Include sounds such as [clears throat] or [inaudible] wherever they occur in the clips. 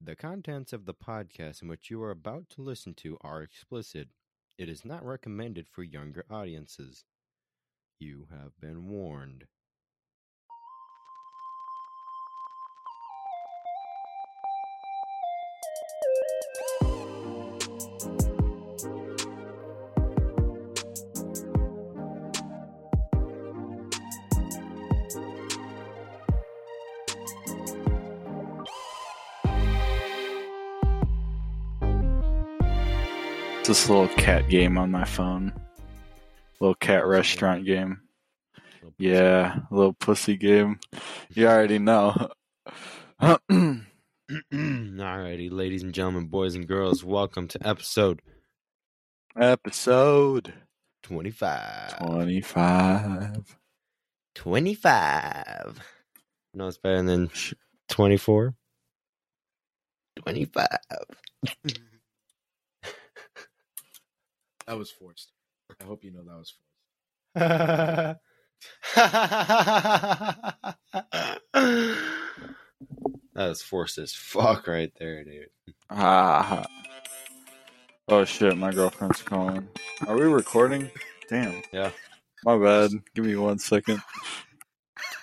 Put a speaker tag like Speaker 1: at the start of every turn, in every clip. Speaker 1: The contents of the podcast in which you are about to listen to are explicit. It is not recommended for younger audiences. You have been warned.
Speaker 2: It's this little cat game on my phone. Little cat restaurant game. Yeah, little pussy game. You already know.
Speaker 1: [clears throat]
Speaker 2: [clears throat]
Speaker 1: Alrighty, ladies and gentlemen, boys and girls, welcome to episode
Speaker 2: Episode
Speaker 1: 25.
Speaker 2: 25.
Speaker 1: 25. No, it's better than 24. 25. [laughs]
Speaker 3: That was forced. I hope you know that was forced.
Speaker 1: [laughs] that was forced as fuck right there, dude.
Speaker 2: Ah. Oh shit, my girlfriend's calling. Are we recording? Damn.
Speaker 1: Yeah.
Speaker 2: My bad. Give me one second.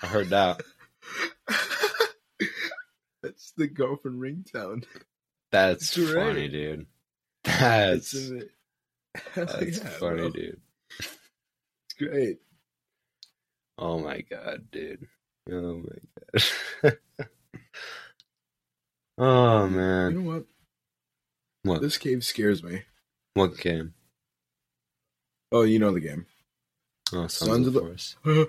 Speaker 1: I heard that.
Speaker 3: [laughs] That's the girlfriend ringtone.
Speaker 1: That's
Speaker 3: Great.
Speaker 1: funny, dude. That's,
Speaker 3: It's in it. [laughs]
Speaker 1: that's
Speaker 3: Yeah,
Speaker 1: funny,
Speaker 3: bro.
Speaker 1: dude.
Speaker 3: It's great.
Speaker 1: Oh my god, dude. Oh my god. [laughs] oh
Speaker 3: You
Speaker 1: man.
Speaker 3: know what?
Speaker 1: What?
Speaker 3: This cave scares me.
Speaker 1: What game?
Speaker 3: Oh, you know the game. [gasps]
Speaker 1: Oh, Sons of
Speaker 3: Sons of
Speaker 1: the
Speaker 3: the-
Speaker 1: Force.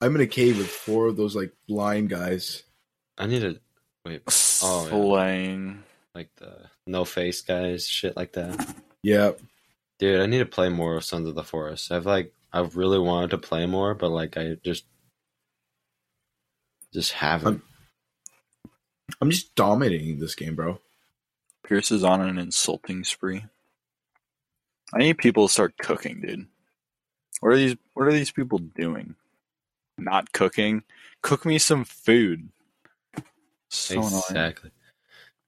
Speaker 3: I'm in a cave with four of those like blind guys.
Speaker 1: I need to wait. Oh, yeah.
Speaker 2: Slang.
Speaker 1: Like the no face guys, shit like that.
Speaker 3: Yeah.
Speaker 1: Dude, I need to play more of Sons of the Forest. I've like I've really wanted to play more, but like I just just haven't.
Speaker 3: I'm just dominating this game, bro.
Speaker 2: Pierce is on an insulting spree. I need people to start cooking, dude. What are these what are these people doing? Not cooking. Cook me some food. So annoying.
Speaker 1: exactly.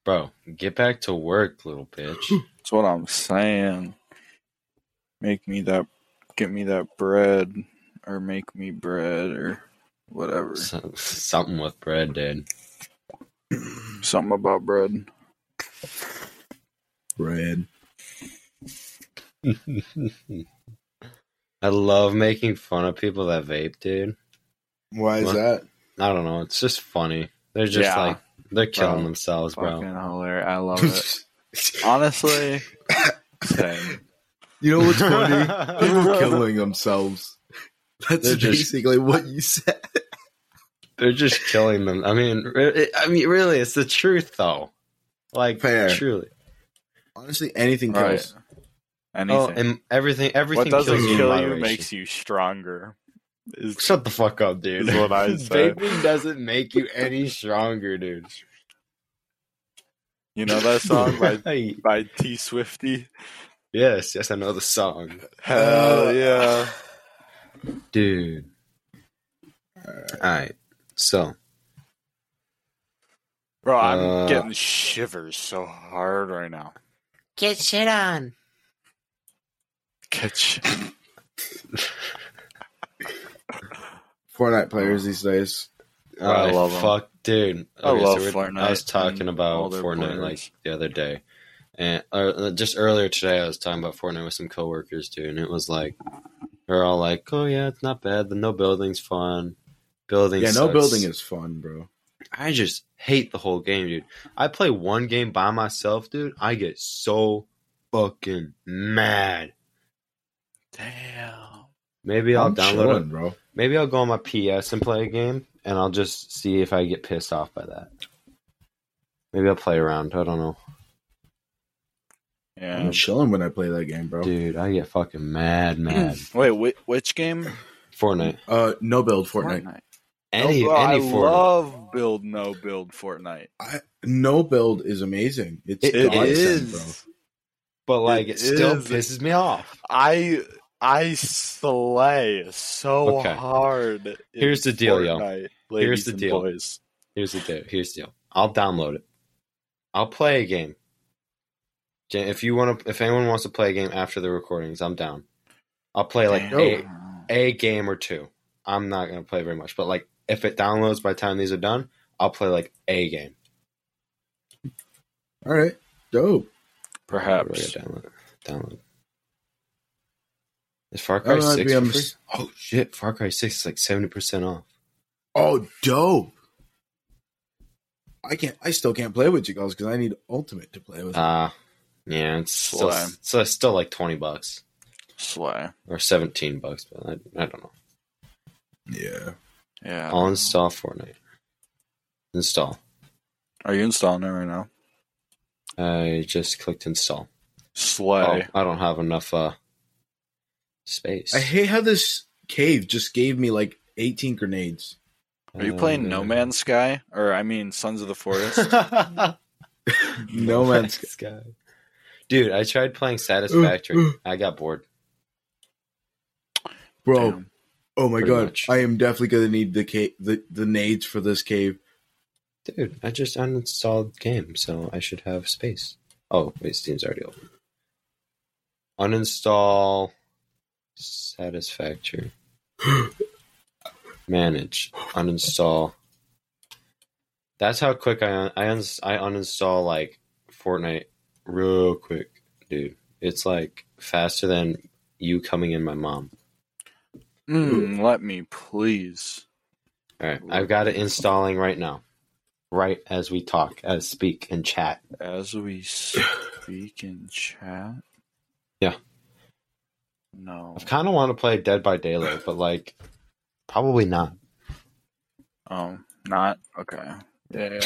Speaker 1: Bro, get back to work, little bitch.
Speaker 2: That's what I'm saying. Make me that get me that bread or make me bread or whatever.
Speaker 1: Some- Something with bread, dude.
Speaker 2: Something about bread.
Speaker 3: Red.
Speaker 1: I love making fun of people that vape, dude.
Speaker 3: Why is
Speaker 1: What?
Speaker 3: that?
Speaker 1: [laughs] I don't know. It's just funny. They're just
Speaker 2: Yeah.
Speaker 1: like they're killing
Speaker 2: Bro.
Speaker 1: themselves, bro.
Speaker 2: Fucking hilarious. I love
Speaker 1: [laughs]
Speaker 2: it. Honestly, same.
Speaker 3: you know what's funny? People [laughs]
Speaker 2: Bro.
Speaker 3: killing themselves. That's
Speaker 1: They're just-
Speaker 3: basically what you said.
Speaker 1: they're just killing them. I mean, re- I mean, really, it's the truth, though. Like,
Speaker 3: Fair.
Speaker 1: truly.
Speaker 3: Honestly, anything
Speaker 2: Right.
Speaker 3: kills.
Speaker 2: Anything.
Speaker 1: Oh, and everything, everything
Speaker 2: what doesn't
Speaker 1: kills you.
Speaker 2: kill
Speaker 1: in
Speaker 2: you
Speaker 1: moderation.
Speaker 2: makes you stronger. Is
Speaker 1: Shut the fuck up, dude.
Speaker 2: Is what
Speaker 1: [laughs]
Speaker 2: I said.
Speaker 1: Vaping doesn't make you any stronger, dude.
Speaker 2: you know that song by
Speaker 1: [laughs] Hey,
Speaker 2: by T Swifty?
Speaker 1: yes, yes, I know the song,
Speaker 2: Hell yeah!
Speaker 1: dude. All right, so
Speaker 2: Bro, I'm
Speaker 1: Uh,
Speaker 2: getting shivers so hard right now.
Speaker 1: get shit on.
Speaker 2: Catch.
Speaker 3: Fortnite players these days.
Speaker 2: Bro, I
Speaker 1: Oh,
Speaker 2: love 'em.
Speaker 1: fuck, dude.
Speaker 2: I love
Speaker 1: we're-
Speaker 2: Fortnite
Speaker 1: I was talking
Speaker 2: and all
Speaker 1: about
Speaker 2: their
Speaker 1: Fortnite
Speaker 2: players.
Speaker 1: like the other day, and or, uh, just earlier today, I was talking about Fortnite with some coworkers, dude, and it was like they're all like, "Oh yeah, it's not bad. The no building's fun. Building,
Speaker 3: Yeah,
Speaker 1: sucks."
Speaker 3: no building is fun, bro.
Speaker 1: I just hate the whole game, dude. I play one game by myself, dude. I get so fucking mad.
Speaker 2: [laughs] Damn.
Speaker 1: Maybe I'll
Speaker 3: I'm
Speaker 1: download it.
Speaker 3: chilling, bro.
Speaker 1: Maybe I'll go on my PS and play a game, and I'll just see if I get pissed off by that. Maybe I'll play around. I don't know,
Speaker 2: Yeah.
Speaker 3: I'm chilling when I play that game, bro.
Speaker 1: dude. I get fucking mad,
Speaker 2: [clears throat]
Speaker 1: mad.
Speaker 2: Wait, whi which game?
Speaker 1: Fortnite,
Speaker 3: Uh, no build Fortnite.
Speaker 1: any
Speaker 2: Oh, bro,
Speaker 1: any
Speaker 2: I
Speaker 1: Fortnite.
Speaker 2: love build no build Fortnite.
Speaker 3: I, no build is amazing. It's
Speaker 1: It
Speaker 2: It
Speaker 3: godsend,
Speaker 2: is.
Speaker 3: bro.
Speaker 1: but like, it,
Speaker 2: it
Speaker 1: still
Speaker 2: is-
Speaker 1: pisses me off.
Speaker 2: I I slay so
Speaker 1: Okay.
Speaker 2: hard. in
Speaker 1: Here's the deal, yo.
Speaker 2: Fortnite,
Speaker 1: Here's
Speaker 2: ladies
Speaker 1: the
Speaker 2: and
Speaker 1: deal.
Speaker 2: boys.
Speaker 1: Here's the deal. Here's the deal. I'll download it. I'll play a game. Jan- If you want to, if anyone wants to play a game after the recordings, I'm down. I'll play like
Speaker 2: Damn.
Speaker 1: a, a game or two. I'm not gonna play very much, but like if it downloads by the time these are done, I'll play like a game.
Speaker 3: All right, dope.
Speaker 2: Perhaps.
Speaker 1: Where do I download. it? Download. Is Far
Speaker 3: I
Speaker 1: Cry
Speaker 3: don't know,
Speaker 1: Six?
Speaker 3: maybe
Speaker 1: for
Speaker 3: I'm
Speaker 1: free?
Speaker 3: s-
Speaker 1: Oh shit! Far Cry Six is like seventy percent off.
Speaker 3: Oh, dope. I can't. I still can't play with you guys because I need Ultimate to play with.
Speaker 1: Ah, yeah, it's still
Speaker 2: Sly.
Speaker 1: so it's still like twenty bucks
Speaker 2: Sly.
Speaker 1: or seventeen bucks, but I, I don't know.
Speaker 3: yeah.
Speaker 2: Yeah.
Speaker 1: I'll install Fortnite. Install.
Speaker 2: Are you installing it right now?
Speaker 1: I just clicked install. Oh,
Speaker 2: Slay.
Speaker 1: I don't have enough uh space.
Speaker 3: I hate how this cave just gave me like 18
Speaker 1: [laughs]
Speaker 3: grenades.
Speaker 2: Are you playing
Speaker 1: Um, [laughs]
Speaker 2: No Man's Sky? Or, I mean, Sons of the Forest?
Speaker 3: No man's
Speaker 1: Sky. Dude, I tried playing Satisfactory. I got bored.
Speaker 3: [laughs] Bro,
Speaker 2: Damn.
Speaker 3: oh my
Speaker 1: Pretty
Speaker 3: god.
Speaker 1: much.
Speaker 3: I am definitely going to need the cave the, the nades for this cave.
Speaker 1: Dude, I just uninstalled the game, so I should have space. Oh, wait, Steam's already open. Uninstall Satisfactory. [gasps] Manage. Uninstall. That's how quick I un- I, un- I uninstall like Fortnite real quick, dude. It's like faster than you coming in my mom.
Speaker 2: Mm, let me, please.
Speaker 1: All right, I've got it installing right now. Right as we talk, as speak and chat.
Speaker 2: As we speak in chat.
Speaker 1: Yeah.
Speaker 2: No.
Speaker 1: I kind of want to play Dead by Daylight, but like, probably not.
Speaker 2: Um, not okay. Yeah,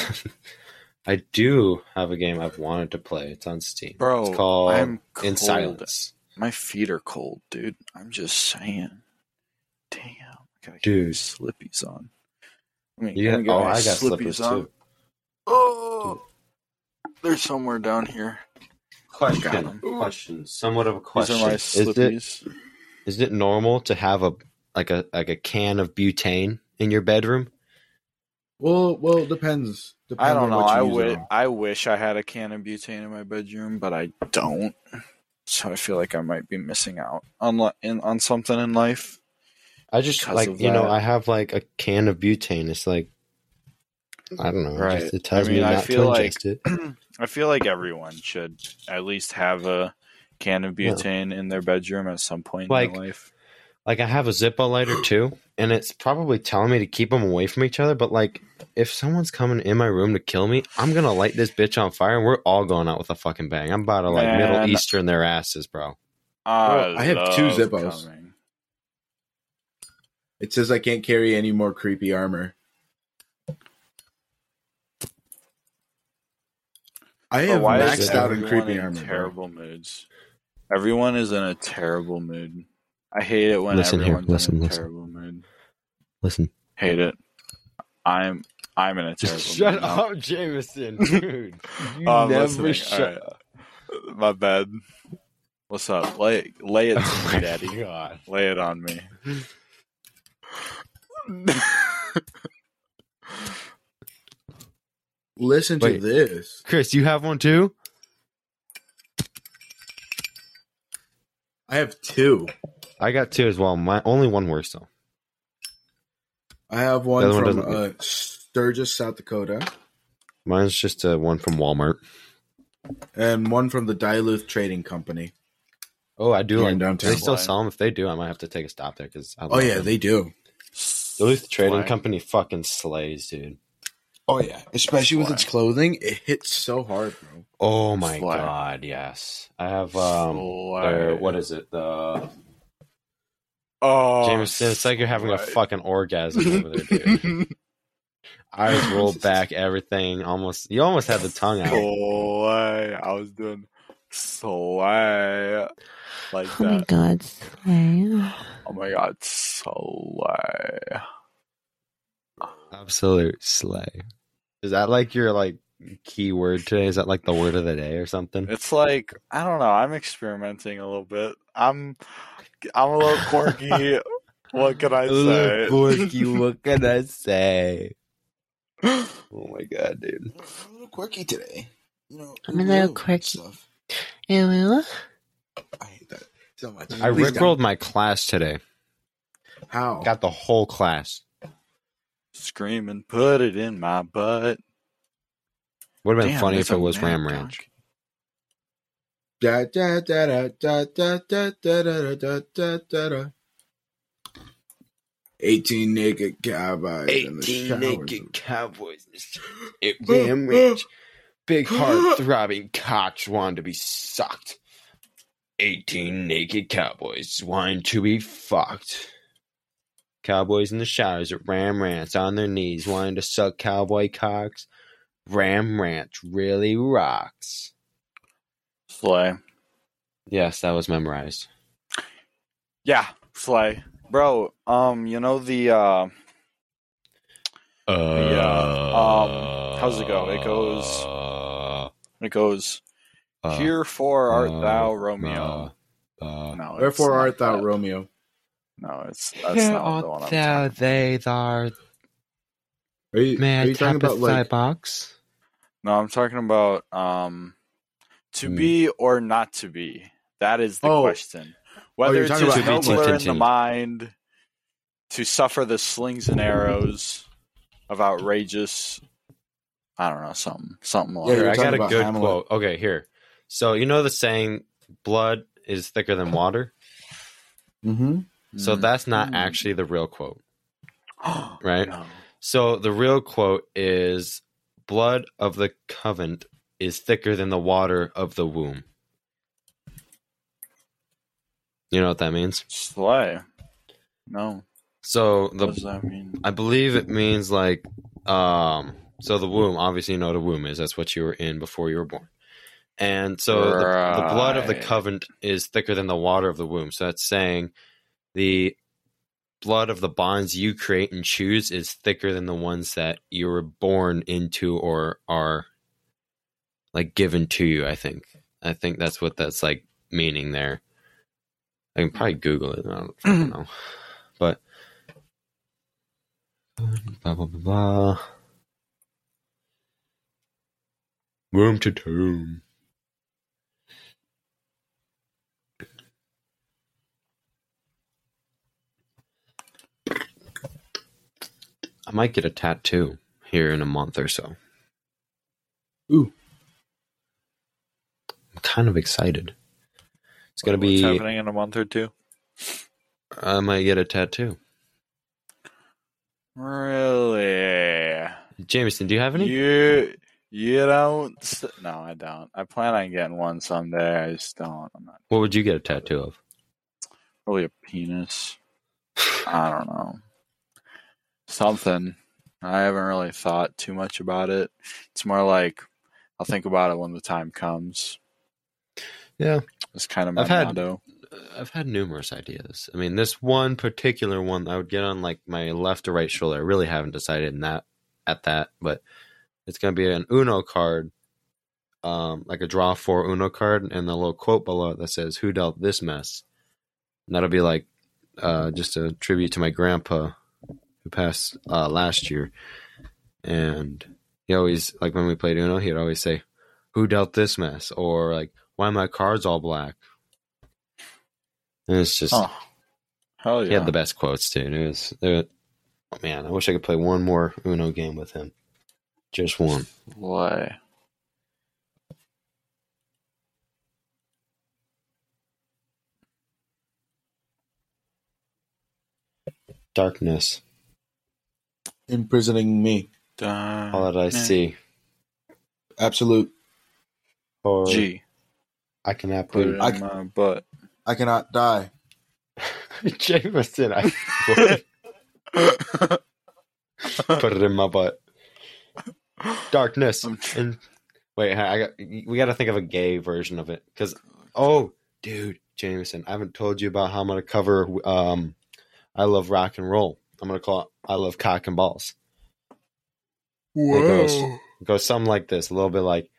Speaker 1: I do have a game I've wanted to play. It's on Steam.
Speaker 2: bro.
Speaker 1: it's called
Speaker 2: I'm
Speaker 1: In
Speaker 2: cold.
Speaker 1: Silence.
Speaker 2: My feet are cold, dude. I'm just saying. Damn, I gotta get
Speaker 1: Dude.
Speaker 2: my slippies on. I mean,
Speaker 1: You got- oh, I got slippers too.
Speaker 2: [laughs] Oh, they're somewhere down here. Got 'em.
Speaker 1: question, somewhat of a
Speaker 2: These are my
Speaker 1: is it
Speaker 2: slippies.
Speaker 1: is it normal to have a like a like a can of butane in your bedroom?
Speaker 3: Well, well, it depends. depends
Speaker 2: I don't
Speaker 3: on
Speaker 2: know.
Speaker 3: what you
Speaker 2: I
Speaker 3: use it
Speaker 2: wish
Speaker 3: on.
Speaker 2: I wish I had a can of butane in my bedroom, but I don't. So I feel like I might be missing out on li- in, on something in life.
Speaker 1: I just
Speaker 2: Because
Speaker 1: like
Speaker 2: of
Speaker 1: you know
Speaker 2: that.
Speaker 1: I have like a can of butane. It's like I don't know.
Speaker 2: Right.
Speaker 1: It, just, it tells
Speaker 2: I mean,
Speaker 1: me
Speaker 2: I
Speaker 1: not to
Speaker 2: feel like-
Speaker 1: ingest it.
Speaker 2: I feel like everyone should at least have a can of
Speaker 1: Yeah.
Speaker 2: butane in their bedroom at some point in
Speaker 1: Like-
Speaker 2: their life.
Speaker 1: like I have a Zippo
Speaker 3: [clears throat]
Speaker 1: lighter too, and it's probably telling me to keep them away from each other. But like, if someone's coming in my room to kill me, I'm gonna light this bitch on fire, and we're all going out with a fucking bang. I'm about to like
Speaker 2: Man.
Speaker 1: Middle Eastern their asses, bro.
Speaker 3: Bro, I have two
Speaker 2: love
Speaker 3: Zippos.
Speaker 2: coming.
Speaker 3: It says I can't carry any more creepy armor. I
Speaker 2: But
Speaker 3: have
Speaker 2: why
Speaker 1: is
Speaker 3: maxed
Speaker 2: is
Speaker 3: out in
Speaker 2: everyone
Speaker 3: creepy
Speaker 2: in
Speaker 3: armor. bro.
Speaker 2: Terrible moods. Everyone is in a terrible mood. I hate it when
Speaker 1: Listen here,
Speaker 2: everyone's
Speaker 1: listen,
Speaker 2: in a
Speaker 1: listen.
Speaker 2: terrible mood.
Speaker 1: Listen,
Speaker 2: Hate it. I'm I'm in a terrible mood. now.
Speaker 3: [laughs]
Speaker 1: Jameson, dude. You
Speaker 2: Oh, I'm listening. All right. My bad. What's up? Lay lay it to
Speaker 3: [laughs]
Speaker 2: me, daddy.
Speaker 1: God.
Speaker 2: Lay it on me.
Speaker 3: Listen to
Speaker 1: Wait.
Speaker 3: this.
Speaker 1: Chris, you have one too?
Speaker 3: I have two.
Speaker 1: I got two as well. My only one works though.
Speaker 3: I have
Speaker 1: The
Speaker 3: one
Speaker 1: other one
Speaker 3: from uh,
Speaker 1: doesn't-
Speaker 3: Sturgis, South Dakota,
Speaker 1: Mine's just uh, one from Walmart.
Speaker 3: and one from the Duluth Trading Company.
Speaker 1: Oh, I do.
Speaker 3: Here
Speaker 1: Like,
Speaker 3: in
Speaker 1: do
Speaker 3: downtown.
Speaker 1: they still sell them? If they do, I might have to take a stop there because.
Speaker 3: Oh yeah, they do.
Speaker 1: Duluth Trading
Speaker 2: Why?
Speaker 1: Company fucking slays, dude.
Speaker 3: Oh yeah, especially with
Speaker 2: Why?
Speaker 3: its clothing, it hits so hard, bro.
Speaker 1: Oh my
Speaker 2: Slay.
Speaker 1: god, yes. I have um their,
Speaker 2: Slay.
Speaker 1: what is it? The
Speaker 2: Oh,
Speaker 1: Jameson, it's like you're having a
Speaker 2: slay.
Speaker 1: fucking orgasm over there, [laughs]
Speaker 3: [laughs]
Speaker 1: dude. Eyes rolled back, everything almost you almost had the tongue out.
Speaker 2: Slay. I was doing slay like
Speaker 4: Oh my
Speaker 2: that.
Speaker 4: god, Slay.
Speaker 2: Oh my god, slay.
Speaker 1: Absolute slay. Is that like your like key word today? Is that like the word of the day or something?
Speaker 2: It's like I don't know. I'm experimenting a little bit. I'm I'm a little
Speaker 3: [laughs]
Speaker 2: quirky. what can I say?
Speaker 1: Quirky, [laughs] what can I say? Oh my god, dude.
Speaker 3: A little quirky today. You know,
Speaker 4: I'm a little
Speaker 3: real
Speaker 4: quirky.
Speaker 3: Stuff.
Speaker 4: Ew.
Speaker 3: I hate that so much.
Speaker 1: I
Speaker 3: Please
Speaker 1: rickrolled my class today.
Speaker 3: don't. How?
Speaker 1: Got the whole class.
Speaker 2: [laughs] Scream and put it in my butt.
Speaker 1: Would have been
Speaker 2: Damn,
Speaker 1: funny
Speaker 2: that's
Speaker 1: if it
Speaker 2: a
Speaker 1: was
Speaker 2: mad
Speaker 1: Ram
Speaker 2: dog.
Speaker 1: Ranch.
Speaker 3: Da, da, da, da, da, da, da, da, da, da, da, da, da. 18 naked cowboys. in the showers.
Speaker 1: cowboys. It
Speaker 3: Ram Ranch.
Speaker 1: Big
Speaker 2: [laughs]
Speaker 3: heart
Speaker 1: throbbing cocks wanted to be sucked. 18 naked cowboys wanted to be fucked. Cowboys in the showers at Ram Ranch on their knees wanting to suck cowboy cocks. Ram Ranch really rocks.
Speaker 2: Slay.
Speaker 1: Yes, that was memorized.
Speaker 2: Yeah, slay. Bro, um, you know the uh
Speaker 1: Uh,
Speaker 2: Yeah, um, how's it go? It goes- it goes
Speaker 1: Uh,
Speaker 2: Here for art thou, Romeo. no, it's
Speaker 3: Wherefore
Speaker 2: not
Speaker 3: art thou,
Speaker 2: that.
Speaker 3: Romeo?
Speaker 2: No, it's that's not the one I'm talking about.
Speaker 1: they are
Speaker 3: Are you, are you
Speaker 1: man
Speaker 3: talking about like
Speaker 1: box.
Speaker 2: No, I'm talking about um to
Speaker 1: Hmm.
Speaker 2: be or not to be. That is the
Speaker 3: Oh.
Speaker 2: question.
Speaker 3: you're
Speaker 2: Whether
Speaker 3: talking
Speaker 2: to be
Speaker 3: about how
Speaker 2: nobler in the
Speaker 1: Continue.
Speaker 2: mind, to suffer the slings and arrows of outrageous I don't know, something something like
Speaker 3: Yeah,
Speaker 1: Here,
Speaker 3: you're
Speaker 1: I got
Speaker 3: talking
Speaker 1: a
Speaker 3: about
Speaker 1: good
Speaker 3: Hamlet.
Speaker 1: quote. Okay, here. So you know the saying, "Blood is thicker than water."
Speaker 3: Mm-hmm. Oh,
Speaker 1: So that's not
Speaker 2: Mm.
Speaker 1: actually the real quote,
Speaker 2: [gasps] that
Speaker 1: right?
Speaker 2: no.
Speaker 1: So the real quote is, "Blood of the covenant is thicker than the water of the womb." You know what that means?
Speaker 2: Slay. No.
Speaker 1: So the
Speaker 2: what does that mean?
Speaker 1: I believe it means like um so the womb, obviously you know what a womb is. That's what you were in before you were born. And so the, the blood of the
Speaker 2: Right.
Speaker 1: covenant is thicker than the water of the womb. So that's saying the blood of the bonds you create and choose is thicker than the ones that you were born into or are like given to you, I think. I think that's what that's like meaning there. I can probably Google it. I don't fucking know. Mm. [clears throat] But blah blah blah blah. Womb to tomb. I might get a tattoo here in a month or so.
Speaker 3: Ooh.
Speaker 1: I'm kind of excited. It's gonna
Speaker 2: What's
Speaker 1: be
Speaker 2: happening in a month or two.
Speaker 1: I might get a tattoo.
Speaker 2: Really?
Speaker 1: Jameson, do you have any?
Speaker 2: You you don't? s- No, I don't. I plan on getting one someday. I just don't. I'm not
Speaker 1: What would you get a tattoo of?
Speaker 2: really a penis. I don't know. Something. I haven't really thought too much about it. It's more like I'll think about it when the time comes.
Speaker 1: Yeah.
Speaker 2: It's kind of my
Speaker 1: I've had-
Speaker 2: motto.
Speaker 1: I've had numerous ideas. I mean, this one particular one I would get on like my left or right shoulder. I really haven't decided in that at that, but it's gonna be an Uno card, um, like a draw four Uno card, and the little quote below it that says "Who dealt this mess?" And that'll be like uh, just a tribute to my grandpa who passed uh, last year, and he always like when we played Uno, he'd always say, "Who dealt this mess?" or like, "Why my cards all black?" And it's just
Speaker 2: Oh, hell yeah!
Speaker 1: he had the best quotes, dude. It was, it, oh, man, I wish I could play one more Uno game with him. Just one.
Speaker 2: Why?
Speaker 1: Darkness.
Speaker 3: imprisoning me?
Speaker 1: All that I
Speaker 2: Mm-hmm.
Speaker 1: see.
Speaker 3: Absolute.
Speaker 1: Or
Speaker 2: G.
Speaker 1: I can
Speaker 2: Put
Speaker 1: apple.
Speaker 2: it
Speaker 3: I-
Speaker 2: in my
Speaker 1: [laughs]
Speaker 2: butt.
Speaker 3: I cannot die.
Speaker 1: Jameson, I
Speaker 2: [laughs]
Speaker 1: would put it in my butt. Darkness.
Speaker 2: I'm tr-
Speaker 1: And wait, I got, we got to think of a gay version of it because oh, dude, Jameson, I haven't told you about how I'm gonna cover. Um, I love rock and roll. I'm gonna call it. I love cock and balls. goes- go something like this, a little bit like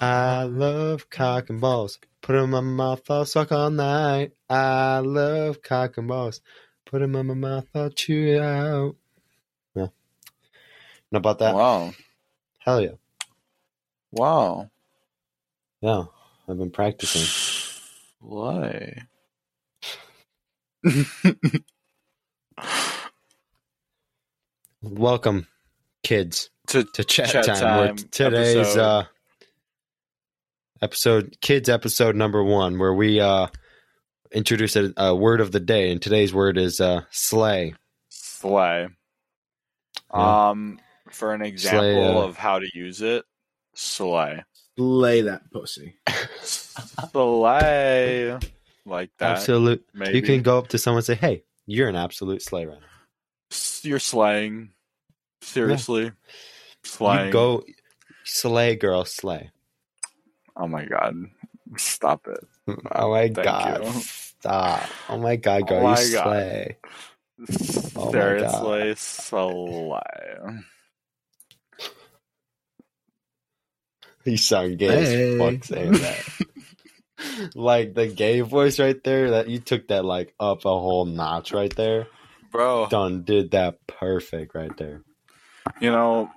Speaker 1: I love cock and balls. Put 'em in my mouth, I'll suck all night. I love cock and balls. Put 'em in my mouth, I'll chew it out. Yeah. Know about that?
Speaker 2: Wow.
Speaker 1: Hell yeah.
Speaker 2: Wow.
Speaker 1: Yeah, I've been practicing.
Speaker 2: Why?
Speaker 1: [laughs]
Speaker 2: [laughs]
Speaker 1: Welcome, kids,
Speaker 2: to
Speaker 1: to chat,
Speaker 2: Chat
Speaker 1: time.
Speaker 2: Time
Speaker 1: We're- today's
Speaker 2: episode.
Speaker 1: uh, episode, kids episode number one, where we uh, introduce a, a word of the day, and today's word is uh, sleigh.
Speaker 2: Slay.
Speaker 1: Yeah.
Speaker 2: Um, for an example
Speaker 1: uh,
Speaker 2: of how to use it, slay,
Speaker 3: Slay that pussy.
Speaker 2: slay, like that.
Speaker 1: Absolute.
Speaker 2: Maybe
Speaker 1: You can go up to someone and say, "Hey, you're an absolute sleigh rider."
Speaker 2: S- You're slaying. Seriously, slaying.
Speaker 1: You go sleigh girl sleigh.
Speaker 2: Oh my god! Stop it.
Speaker 1: [laughs] Oh my
Speaker 2: Thank
Speaker 1: god.
Speaker 2: you.
Speaker 1: Stop. Oh my god, girl,
Speaker 2: Oh my
Speaker 1: you
Speaker 2: God.
Speaker 1: slay. Oh my
Speaker 2: Seriously, slay.
Speaker 1: You sound gay
Speaker 3: Hey.
Speaker 1: as fuck saying that.
Speaker 2: [laughs]
Speaker 1: like the gay voice right there, that you took that like up a whole notch right there.
Speaker 2: bro.
Speaker 1: Done did that perfect right there.
Speaker 2: You know,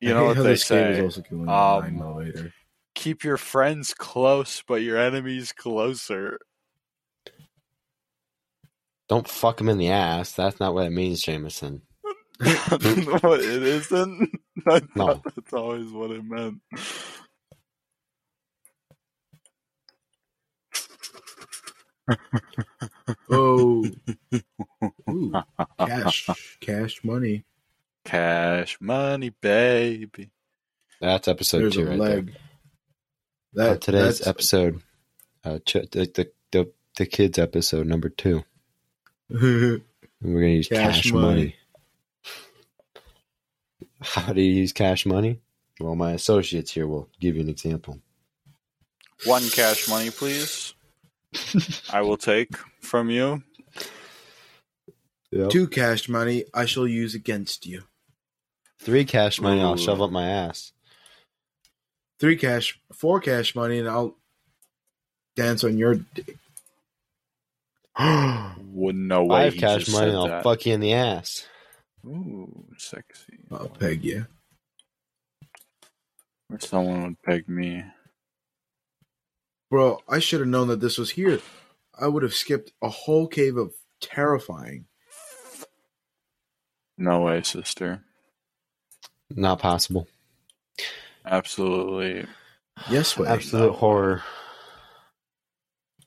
Speaker 2: you
Speaker 3: [laughs]
Speaker 2: know what they say.
Speaker 3: also going
Speaker 2: Um,
Speaker 3: nine mile later.
Speaker 2: Keep your friends close, but your enemies closer.
Speaker 1: Don't fuck him in the ass. That's not what it means, Jameson.
Speaker 2: [laughs] what it isn't. [laughs] I thought
Speaker 1: No.
Speaker 2: that's always what it meant. [laughs]
Speaker 3: Oh, Ooh, cash, cash money.
Speaker 2: Cash money, baby.
Speaker 1: That's episode
Speaker 3: There's a
Speaker 1: two right there.
Speaker 3: leg.
Speaker 1: Uh,
Speaker 3: That
Speaker 1: today's
Speaker 3: that's-
Speaker 1: episode, uh, ch- the, the the the kids episode number two.
Speaker 3: [laughs]
Speaker 1: And We're gonna use
Speaker 3: Cash
Speaker 1: cash,
Speaker 3: money.
Speaker 1: money. How do you use cash money? Well, my associates here will give you an example.
Speaker 2: One cash money,
Speaker 1: [laughs]
Speaker 2: please. I will take from you.
Speaker 1: Yep.
Speaker 3: Two cash money I shall use against you.
Speaker 1: Three cash money, I'll
Speaker 2: Ooh.
Speaker 1: shove up my
Speaker 3: [gasps]
Speaker 1: ass.
Speaker 3: Three cash, four cash money, and I'll dance on your dick.
Speaker 1: Five
Speaker 2: Wouldn't know why he
Speaker 1: cash
Speaker 2: just
Speaker 1: money,
Speaker 2: said
Speaker 1: I'll
Speaker 2: that.
Speaker 1: fuck you in the ass.
Speaker 2: Ooh, sexy.
Speaker 3: I'll uh, peg you.
Speaker 2: Or someone would peg me.
Speaker 3: Bro, I should have known that this was here. I would have skipped a whole cave of terrifying.
Speaker 2: No way, sister.
Speaker 1: Not possible.
Speaker 2: Absolutely.
Speaker 3: Yes way.
Speaker 1: Absolute horror.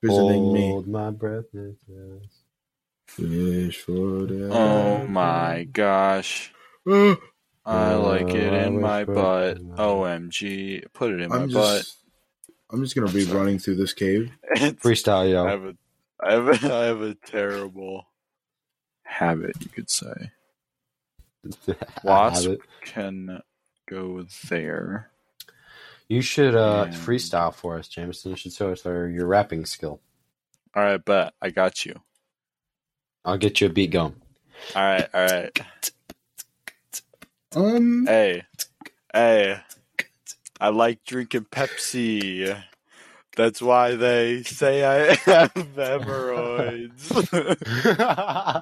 Speaker 3: Visiting me.
Speaker 1: Hold my breath. yes, yes.
Speaker 3: Fish for the-
Speaker 2: Oh my gosh.
Speaker 3: Uh,
Speaker 2: I like it
Speaker 1: Uh, I
Speaker 2: in
Speaker 1: was
Speaker 2: my butt.
Speaker 1: broken.
Speaker 2: OMG. Put it in my
Speaker 3: [gasps]
Speaker 2: [laughs]
Speaker 3: I'm just. I'm just gonna be
Speaker 2: Sorry.
Speaker 3: running through this cave.
Speaker 2: butt.
Speaker 1: Freestyle, [laughs]
Speaker 2: I
Speaker 1: yo.
Speaker 2: have a, I have a, [laughs] I have a terrible habit, you could say.
Speaker 1: I have
Speaker 2: Wasp.
Speaker 1: it.
Speaker 2: Can go there.
Speaker 1: You should uh,
Speaker 2: And-
Speaker 1: freestyle for us, Jameson. You should show us our, your rapping skill.
Speaker 2: All right, bet I got you.
Speaker 1: I'll get you a beat [laughs]
Speaker 2: [laughs]
Speaker 1: going.
Speaker 2: All right, all right.
Speaker 3: Um,
Speaker 2: Hey, hey. I like drinking Pepsi. That's why they say I have [laughs] hemorrhoids.
Speaker 3: I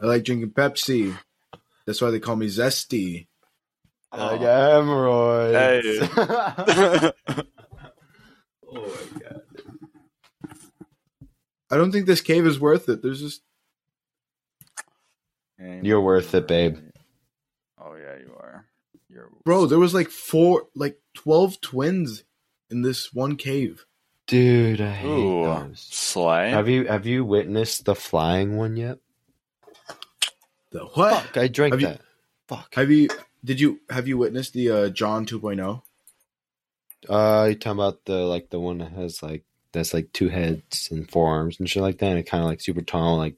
Speaker 3: like drinking Pepsi. That's why they call me Zesty.
Speaker 1: I got hemorrhoids.
Speaker 2: Hey.
Speaker 1: [laughs] oh my god.
Speaker 3: I don't think this cave is worth it. There's just
Speaker 1: [laughs] You're worth it, babe.
Speaker 2: Oh yeah, you are. You're
Speaker 3: bro. There was like four, like twelve twins in this one cave.
Speaker 1: Dude, I hate
Speaker 2: Ooh,
Speaker 1: those.
Speaker 2: slay.
Speaker 1: Have you have you witnessed the flying one yet?
Speaker 3: The what?
Speaker 1: Fuck, I drank
Speaker 3: Have you-
Speaker 1: that. Fuck.
Speaker 3: Have you? Did you? Have you witnessed the uh, John 2.0?
Speaker 1: Uh, you talking about the like the one that has like that's like two heads and four arms and shit like that, and kind of like super tall. Like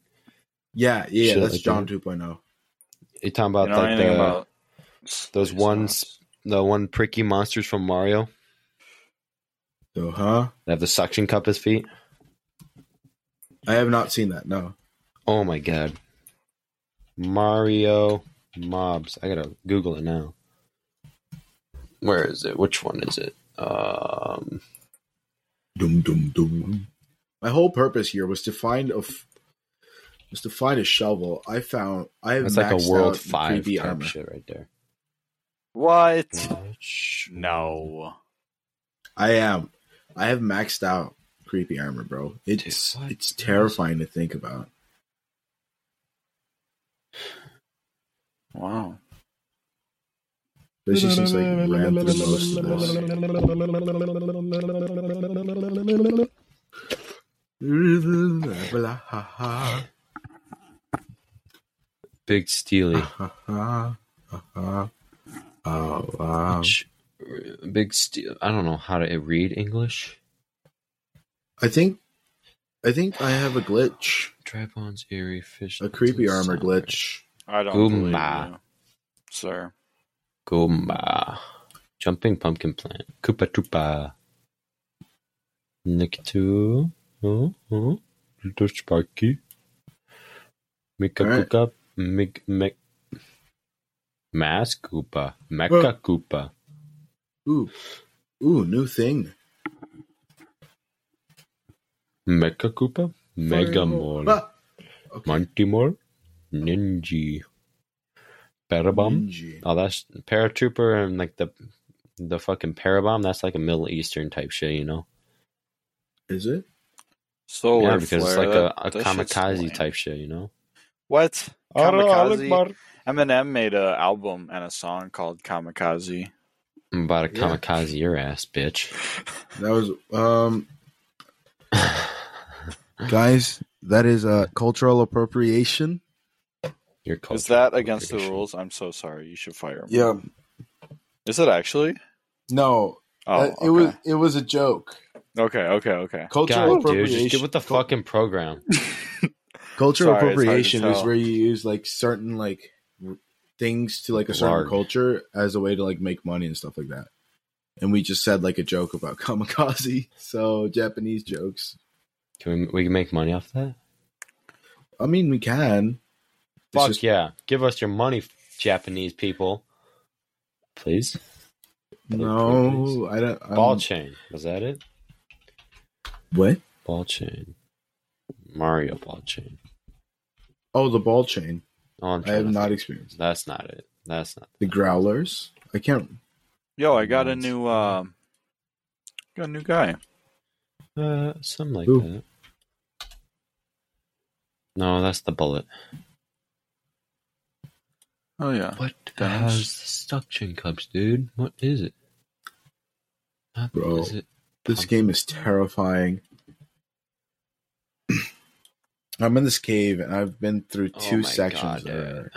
Speaker 3: Yeah, yeah,
Speaker 1: Shit
Speaker 3: that's
Speaker 1: like
Speaker 3: John oh.
Speaker 1: that.
Speaker 3: 2.0.
Speaker 1: you talking
Speaker 2: You
Speaker 1: about
Speaker 2: know
Speaker 1: like
Speaker 2: anything
Speaker 1: the
Speaker 2: about
Speaker 1: those
Speaker 2: space
Speaker 1: one
Speaker 2: knots?
Speaker 1: sp- the one pricky monsters from Mario
Speaker 3: So, huh?
Speaker 1: that have the suction cup as feet?
Speaker 3: I have not seen that. No.
Speaker 1: Oh my god, Mario mobs. I gotta Google it now. Where is it? Which one is it? Um,
Speaker 3: Dum dum dum. My whole purpose here was to find a f- was to find a shovel. I found I have
Speaker 1: that's like a
Speaker 3: maxed
Speaker 1: world
Speaker 3: out
Speaker 1: five
Speaker 3: 3D
Speaker 1: type
Speaker 3: armor.
Speaker 1: shit right there.
Speaker 2: What?
Speaker 1: Which
Speaker 2: No.
Speaker 3: I am. I have maxed out creepy armor, bro. It's
Speaker 1: what?
Speaker 3: it's terrifying to think about.
Speaker 2: Wow.
Speaker 3: This just seems like ran through most of this.
Speaker 1: Big Steely.
Speaker 3: Uh-huh. Oh, wow.
Speaker 1: Which- Big Steely. I don't know how to read English.
Speaker 3: I think I think I have a glitch.
Speaker 1: Drybones, eerie fish.
Speaker 3: A creepy armor glitch.
Speaker 2: I don't
Speaker 1: Goomba.
Speaker 2: believe you, sir.
Speaker 1: Goomba. Jumping pumpkin plant. Koopa Troopa. Nikitu. Oh, oh. Little Sparky. Mika
Speaker 3: Alright.
Speaker 1: Koopa. Mig, Meg. Mass Koopa. Mecha Koopa.
Speaker 3: Ooh. Ooh, new thing.
Speaker 1: Mecha Koopa. Megamol.
Speaker 3: Ah, okay.
Speaker 1: Montimol. Ninji. Parabomb.
Speaker 3: Ninja.
Speaker 1: Oh, that's Paratrooper and like the the fucking Parabomb. That's like a Middle Eastern type shit, you know?
Speaker 3: Is it?
Speaker 2: Solar
Speaker 1: yeah, because it's
Speaker 2: flare,
Speaker 1: like
Speaker 2: Oh, that-
Speaker 1: a, a
Speaker 2: that shit's lame.
Speaker 1: kamikaze type shit, you know?
Speaker 2: What? Kamikaze.
Speaker 1: about,
Speaker 2: Eminem made an album and a song called Kamikaze.
Speaker 1: a
Speaker 3: Yeah.
Speaker 1: kamikaze your ass, bitch. [laughs]
Speaker 3: That was um
Speaker 1: [gasps]
Speaker 3: guys, that is uh cultural appropriation.
Speaker 1: Your culture.
Speaker 2: Is that against the
Speaker 1: appropriation.
Speaker 2: rules? I'm so sorry. You should fire him.
Speaker 3: Yeah.
Speaker 2: Is it actually?
Speaker 3: No.
Speaker 2: Oh,
Speaker 3: that- it was it was a joke.
Speaker 2: okay, okay, okay.
Speaker 1: God,
Speaker 3: Cultural
Speaker 1: dude,
Speaker 3: appropriation.
Speaker 1: just get with the fucking [laughs] program.
Speaker 3: Cultural
Speaker 2: Sorry, it's hard to
Speaker 3: appropriation is
Speaker 2: tell.
Speaker 3: where you use like certain like r- things to like a certain
Speaker 1: Lard.
Speaker 3: culture as a way to like make money and stuff like that. And we just said like a joke about [laughs] kamikaze, so Japanese jokes.
Speaker 1: Can we, we can make money off that?
Speaker 3: I mean, we can. It's
Speaker 1: Fuck
Speaker 3: just-
Speaker 1: yeah. Give us your money, Japanese people. Please. Um,
Speaker 3: No, I don't. um, I'm,
Speaker 1: Ball chain. Was that it?
Speaker 3: what?
Speaker 1: Ball chain. Mario ball chain.
Speaker 3: Oh, the ball chain.
Speaker 1: Oh, I'm
Speaker 3: I
Speaker 1: trying
Speaker 3: have
Speaker 1: to
Speaker 3: not
Speaker 1: think.
Speaker 3: experienced
Speaker 1: That's not it. That's not
Speaker 3: the growlers. I can't.
Speaker 2: Yo, I got a new um got a new guy.
Speaker 1: Uh, something like
Speaker 3: Ooh.
Speaker 1: that. No, that's the bullet.
Speaker 2: Oh yeah.
Speaker 1: What
Speaker 2: the
Speaker 1: the
Speaker 2: hell
Speaker 1: hell
Speaker 2: is
Speaker 1: is the suction cups, dude? What is it? Not,
Speaker 3: Bro.
Speaker 1: Is it?
Speaker 3: This game is terrifying. [clears throat] I'm in this cave and I've been through
Speaker 1: Oh
Speaker 3: two
Speaker 1: my God,
Speaker 3: sections.
Speaker 1: dude.
Speaker 3: already.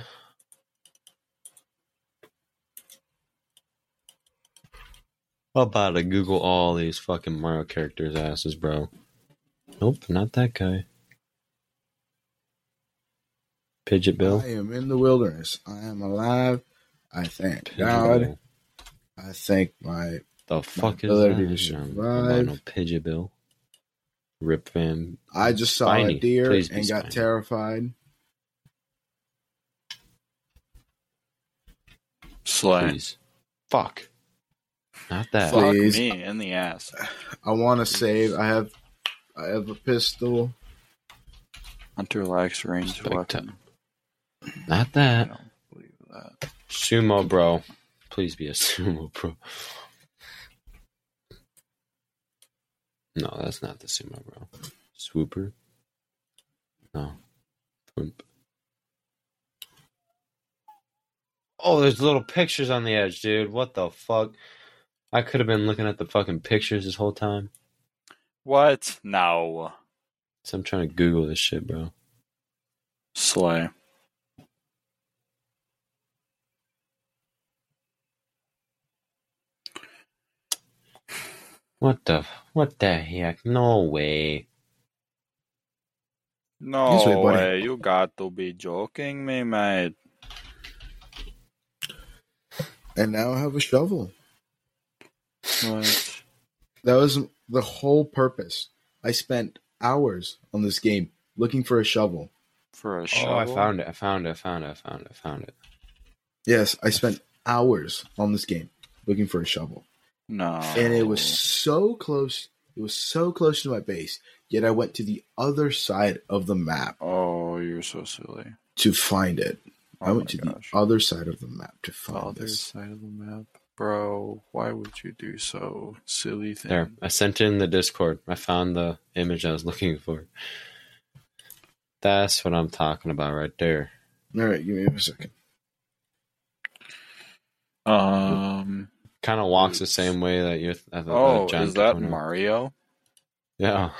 Speaker 1: How about I Google all these fucking Mario characters' asses, bro? Nope, not that guy. Pidget Bill.
Speaker 3: I am in the wilderness. I am alive. I thank
Speaker 1: Pidget
Speaker 3: God.
Speaker 1: Bill.
Speaker 3: I thank my.
Speaker 1: The fuck is
Speaker 3: ability
Speaker 1: that?
Speaker 3: to
Speaker 1: I don't-
Speaker 3: survive.
Speaker 1: I don't know Pidget Bill. Rip Van
Speaker 3: I just saw
Speaker 1: Spiny.
Speaker 3: a deer
Speaker 1: Please
Speaker 3: and
Speaker 1: be
Speaker 3: got
Speaker 1: spiny.
Speaker 3: terrified.
Speaker 2: Slay.
Speaker 1: Please. Fuck. Not that.
Speaker 3: Fuck.
Speaker 2: Fuck
Speaker 3: Please.
Speaker 2: me in the ass.
Speaker 3: I want to save. I have. I have a pistol.
Speaker 2: Hunter lacks ranged
Speaker 1: Spectre.
Speaker 2: weapon.
Speaker 1: Not
Speaker 2: I
Speaker 1: that.
Speaker 2: don't believe that.
Speaker 1: Sumo bro. Please be a [laughs] sumo bro. No, that's not the sumo bro. Swooper. No. Thwimp. Oh, there's little pictures on the edge, dude. What the fuck? I could have been looking at the fucking pictures this whole time.
Speaker 2: What? No.
Speaker 1: So I'm trying to Google this shit, bro.
Speaker 2: Slay.
Speaker 1: What the what the heck? No way.
Speaker 2: No
Speaker 3: Yes, wait, buddy.
Speaker 2: way. You got to be joking me, mate.
Speaker 3: And now I have a shovel.
Speaker 2: What?
Speaker 3: That was the whole purpose. I spent hours on this game looking for a shovel.
Speaker 2: For a
Speaker 1: Oh,
Speaker 2: shovel.
Speaker 1: I found it. I found it. I found it. I found it. I found it.
Speaker 3: Yes, I spent hours on this game looking for a shovel.
Speaker 2: No.
Speaker 3: And it was so close. It was so close to my base. Yet I went to the other side of the map
Speaker 2: Oh, you're so silly.
Speaker 3: to find it.
Speaker 2: Oh
Speaker 3: I went
Speaker 2: my
Speaker 3: to
Speaker 2: gosh. Oh,
Speaker 3: the other side of the map to find
Speaker 2: other
Speaker 3: this.
Speaker 2: side of the map. Bro, why would you do so silly thing?
Speaker 1: There, I sent it in the Discord. I found the image I was [laughs] looking for. That's what I'm talking about right there.
Speaker 3: All right, give me a second.
Speaker 2: Um.
Speaker 1: Kind of walks the same way that you. I
Speaker 2: Oh,
Speaker 1: John
Speaker 2: is that
Speaker 1: Cena-
Speaker 2: Mario?
Speaker 1: Yeah.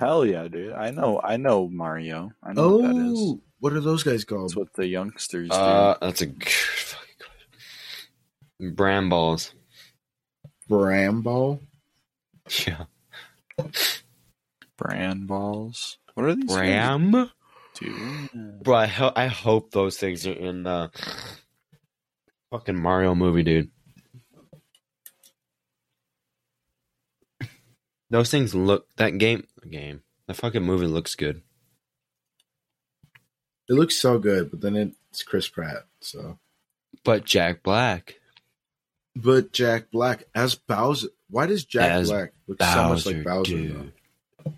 Speaker 2: Hell yeah, dude! I know, I know Mario. I know what that is.
Speaker 3: Oh, what are those guys called?
Speaker 2: That's what the youngsters do.
Speaker 1: Uh, that's a good fucking question. Bram balls. [laughs]
Speaker 3: Bramble.
Speaker 1: Yeah.
Speaker 2: Bran balls. What are these? guys
Speaker 1: Bram.
Speaker 2: doing?
Speaker 1: Bro, I, ho- I hope those things are in the fucking Mario movie, dude. Those things look that game game. The fucking movie looks good.
Speaker 3: It looks so good, but then it's Chris Pratt. So,
Speaker 1: But Jack Black.
Speaker 3: but Jack Black as Bowser. Why does Jack
Speaker 1: As
Speaker 3: Black look
Speaker 1: Bowser,
Speaker 3: so much like Bowser?
Speaker 1: dude.
Speaker 3: Though?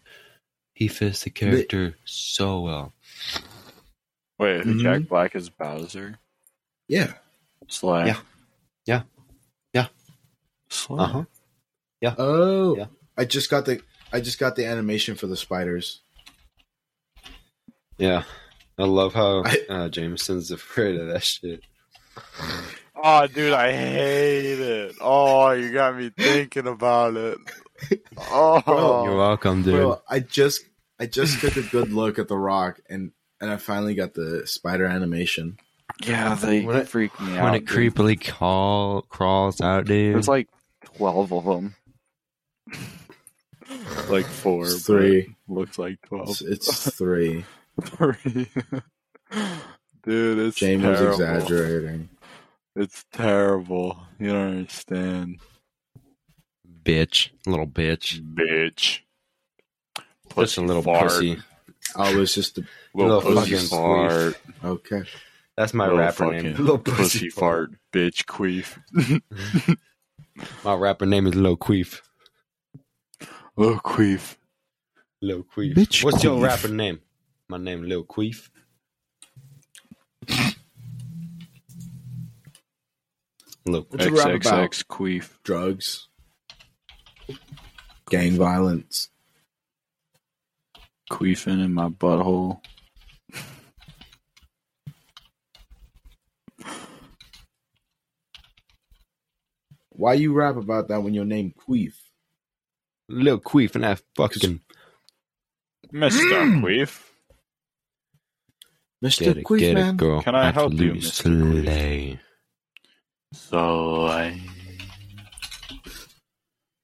Speaker 1: He fits the character so well.
Speaker 2: Wait,
Speaker 3: Mhm.
Speaker 2: Jack Black is Bowser.
Speaker 3: Yeah,
Speaker 2: Slay.
Speaker 1: Yeah. Yeah. Yeah.
Speaker 2: Slay.
Speaker 1: Uh huh.
Speaker 3: Oh,
Speaker 1: Yeah.
Speaker 3: I just got the I just got the animation for the spiders.
Speaker 1: Yeah. I love how
Speaker 3: I-
Speaker 1: uh, Jameson's [laughs] afraid of that shit.
Speaker 2: Oh, dude, I hate it. Oh, you got me thinking
Speaker 1: [laughs]
Speaker 2: about it. Oh,
Speaker 1: You're welcome, dude.
Speaker 3: Bro, I just I just took a good look at the rock and and I finally got the spider animation.
Speaker 2: yeah, they
Speaker 1: When it-
Speaker 2: freak me out.
Speaker 1: when it
Speaker 2: dude.
Speaker 1: creepily call, crawls out, dude.
Speaker 2: there's like twelve of them. like four,
Speaker 3: It's three.
Speaker 2: but Looks like twelve. [laughs]
Speaker 3: It's, it's three.
Speaker 2: Three. dude, it's
Speaker 3: James was
Speaker 2: terrible.
Speaker 3: exaggerating.
Speaker 2: It's terrible. You don't understand.
Speaker 1: bitch, little bitch,
Speaker 2: bitch.
Speaker 1: just a little pussy.
Speaker 3: I Oh, was just a,
Speaker 1: Little
Speaker 2: Little,
Speaker 1: pussy
Speaker 2: pussy,
Speaker 1: fucking
Speaker 2: fart.
Speaker 1: queef.
Speaker 3: okay.
Speaker 1: That's my
Speaker 2: Little
Speaker 1: rapper
Speaker 2: fucking
Speaker 1: name. Little
Speaker 2: Pussy fart. Bitch queef.
Speaker 1: [laughs] My rapper name is Lil Queef.
Speaker 2: Little queef.
Speaker 1: Lil Queef.
Speaker 2: Bitch
Speaker 1: What's your
Speaker 2: Queef.
Speaker 1: rapper name? My name Lil Queef. Lil Queef.
Speaker 3: What's it rap about?
Speaker 2: XXX queef.
Speaker 3: Drugs, gang violence.
Speaker 2: Queefing in my butthole.
Speaker 3: Why you rap about that when your name Queef?
Speaker 1: Lil Queef and that fucking
Speaker 3: [clears throat]
Speaker 2: Mr. queef.
Speaker 1: get
Speaker 3: Mr.
Speaker 1: it,
Speaker 3: Queef
Speaker 1: get it,
Speaker 3: man.
Speaker 1: girl.
Speaker 2: Can I help you,
Speaker 1: Absolute
Speaker 2: Mr. Queef?
Speaker 1: slay.
Speaker 2: Soy.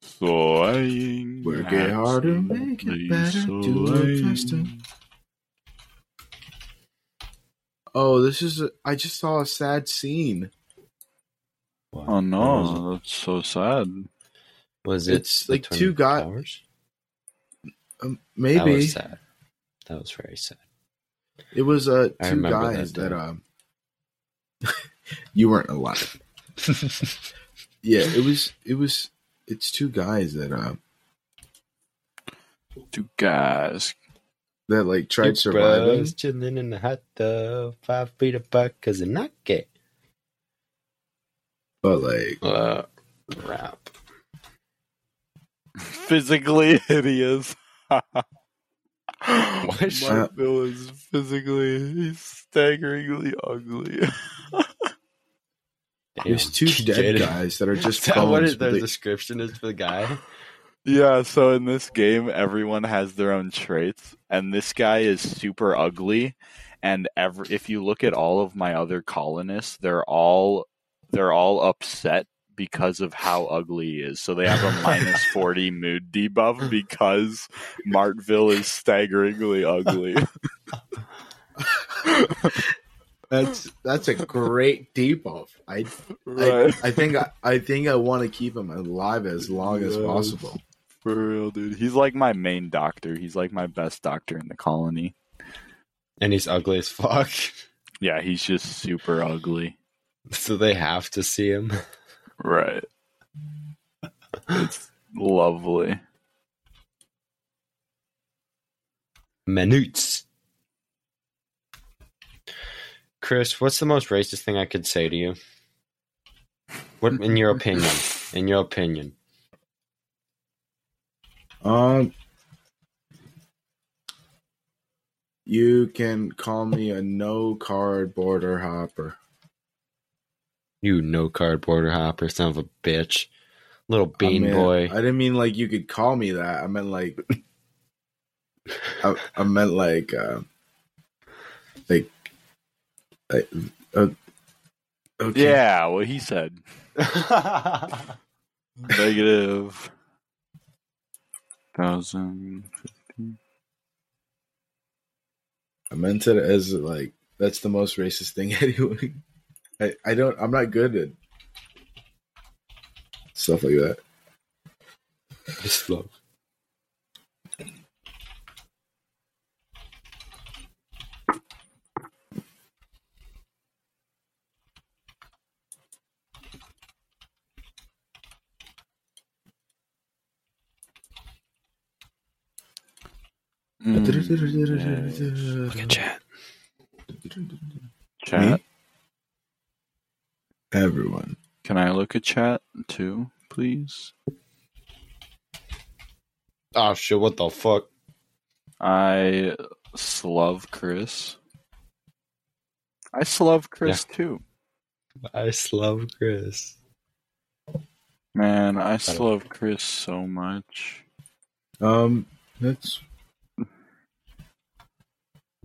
Speaker 2: Soying.
Speaker 3: Work it harder, make it better, do it faster. Oh, this is a, I just saw a sad scene.
Speaker 2: Oh
Speaker 3: Uh-huh.
Speaker 2: no, that's so sad.
Speaker 1: Was it
Speaker 3: It's like
Speaker 1: Eternal
Speaker 3: two guy-
Speaker 1: Flowers?
Speaker 3: Um,
Speaker 1: That
Speaker 3: maybe
Speaker 1: was sad. That was very sad.
Speaker 3: it was uh,
Speaker 1: I
Speaker 3: two
Speaker 1: remember that
Speaker 3: guys
Speaker 1: day.
Speaker 3: that, um [laughs] you
Speaker 1: [laughs]
Speaker 3: weren't alive. Yeah, it was it was it's two guys that uh
Speaker 2: Two guys. [laughs]
Speaker 3: that like
Speaker 1: Two
Speaker 3: tried surviving.
Speaker 1: bros chilling in the hot tub, five feet apart, cause they're not gay.
Speaker 3: But like
Speaker 1: Uh, rap.
Speaker 2: Physically hideous. [laughs] My
Speaker 3: Shut up.
Speaker 2: Bill is physically he's staggeringly ugly. [laughs]
Speaker 3: there's two dead
Speaker 1: [laughs]
Speaker 3: guys that are
Speaker 1: Just
Speaker 3: just
Speaker 1: that what
Speaker 3: bones,
Speaker 1: is
Speaker 3: but
Speaker 1: the
Speaker 3: they-
Speaker 1: description is for the guy?
Speaker 2: Yeah, so in this game, everyone has their own traits, and this guy is super ugly. And every, if you look at all of my other colonists, they're all they're all upset because of how ugly he is. So they have a minus forty mood debuff because Martville is staggeringly ugly.
Speaker 3: that's that's a great debuff. I
Speaker 2: right,
Speaker 3: I, I think I, I think I want to keep him alive as long as
Speaker 2: Yes.
Speaker 3: possible.
Speaker 2: for real, dude. He's like my main doctor. He's like my best doctor in the colony.
Speaker 1: [laughs] And he's ugly as fuck. [laughs]
Speaker 2: Yeah, he's just super ugly.
Speaker 1: So they have to see him.
Speaker 2: Right. It's lovely.
Speaker 1: Minutes. Chris, what's the most racist thing I could say to you? What in your [laughs] opinion? In your opinion,
Speaker 3: Um, you can call me a no card border hopper.
Speaker 1: you no card border hopper, son of a bitch, little bean
Speaker 3: I meant-
Speaker 1: boy. [laughs]
Speaker 3: I didn't mean like you could call me that. I meant like. I, I meant like, uh, like, like, uh, okay.
Speaker 2: Yeah, what he said. Negative. Thousand.
Speaker 3: I meant it as like that's the most racist thing [laughs] anyone. I, I don't. I'm not good at stuff like that.
Speaker 1: Just flow.
Speaker 2: Hmm.
Speaker 3: [laughs]
Speaker 2: Mm,
Speaker 1: Look at chat.
Speaker 2: yeah. Chat.
Speaker 3: Everyone.
Speaker 2: Can I look at chat too, please?
Speaker 1: Oh shit! What the fuck?
Speaker 2: I slove Chris. I slove Chris too.
Speaker 1: I love Chris.
Speaker 2: Man, I
Speaker 1: don't-
Speaker 2: slove Chris so much.
Speaker 3: Um, that's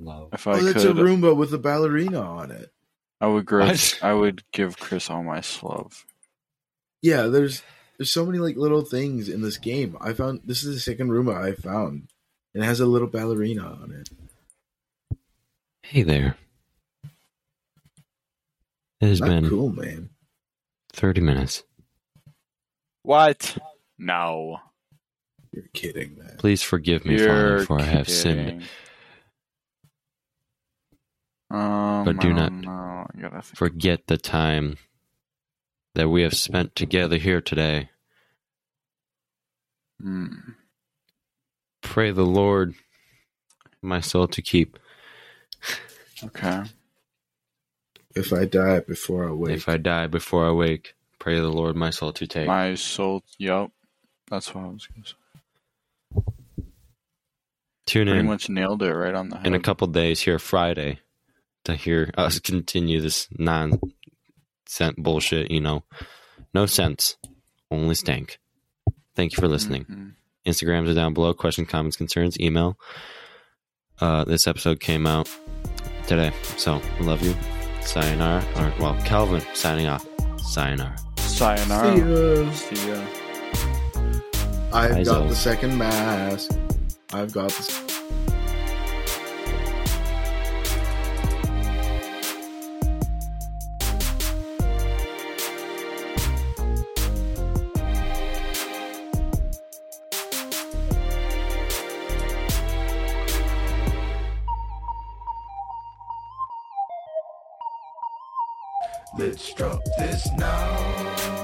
Speaker 1: Love.
Speaker 2: If I
Speaker 3: oh, that's a
Speaker 2: could, uh,
Speaker 3: Roomba with a ballerina on it.
Speaker 2: I would grow,
Speaker 1: What?
Speaker 2: I would give Chris all my slove.
Speaker 3: Yeah, there's there's so many like little things in this game. I found this is the second Roomba I found, and it has a little ballerina on it.
Speaker 1: Hey there. It has
Speaker 3: Not
Speaker 1: been
Speaker 3: cool, man.
Speaker 1: thirty minutes.
Speaker 2: What? No.
Speaker 3: You're kidding, man.
Speaker 1: Please forgive me, Father,
Speaker 2: You're
Speaker 1: for I have sinned.
Speaker 2: kidding. Um,
Speaker 1: But do
Speaker 2: I
Speaker 1: not-
Speaker 2: don't know. I gotta think.
Speaker 1: Forget the time that we have spent together here today.
Speaker 2: Hmm.
Speaker 1: Pray the Lord my soul to keep.
Speaker 2: Okay.
Speaker 3: If I die before I wake,
Speaker 1: If I die before I wake, pray the Lord my soul to take.
Speaker 2: My soul. Yup. That's what I was gonna say.
Speaker 1: Tune
Speaker 2: Pretty
Speaker 1: in
Speaker 2: much nailed it right on the head.
Speaker 1: in a couple days here Friday to hear us continue this non cent bullshit, you know. No sense. Only stank. Thank you for listening.
Speaker 2: Mhm.
Speaker 1: Instagrams are down below. Questions, comments, concerns, email. Uh, this episode came out today. So, love you. Sayonara. Or, well, Calvin signing off. Sayonara.
Speaker 2: Sayonara.
Speaker 3: see ya.
Speaker 2: See ya.
Speaker 3: I've
Speaker 1: Eyes
Speaker 3: got
Speaker 1: open.
Speaker 3: the second mask. I've got the
Speaker 4: Let's drop this now.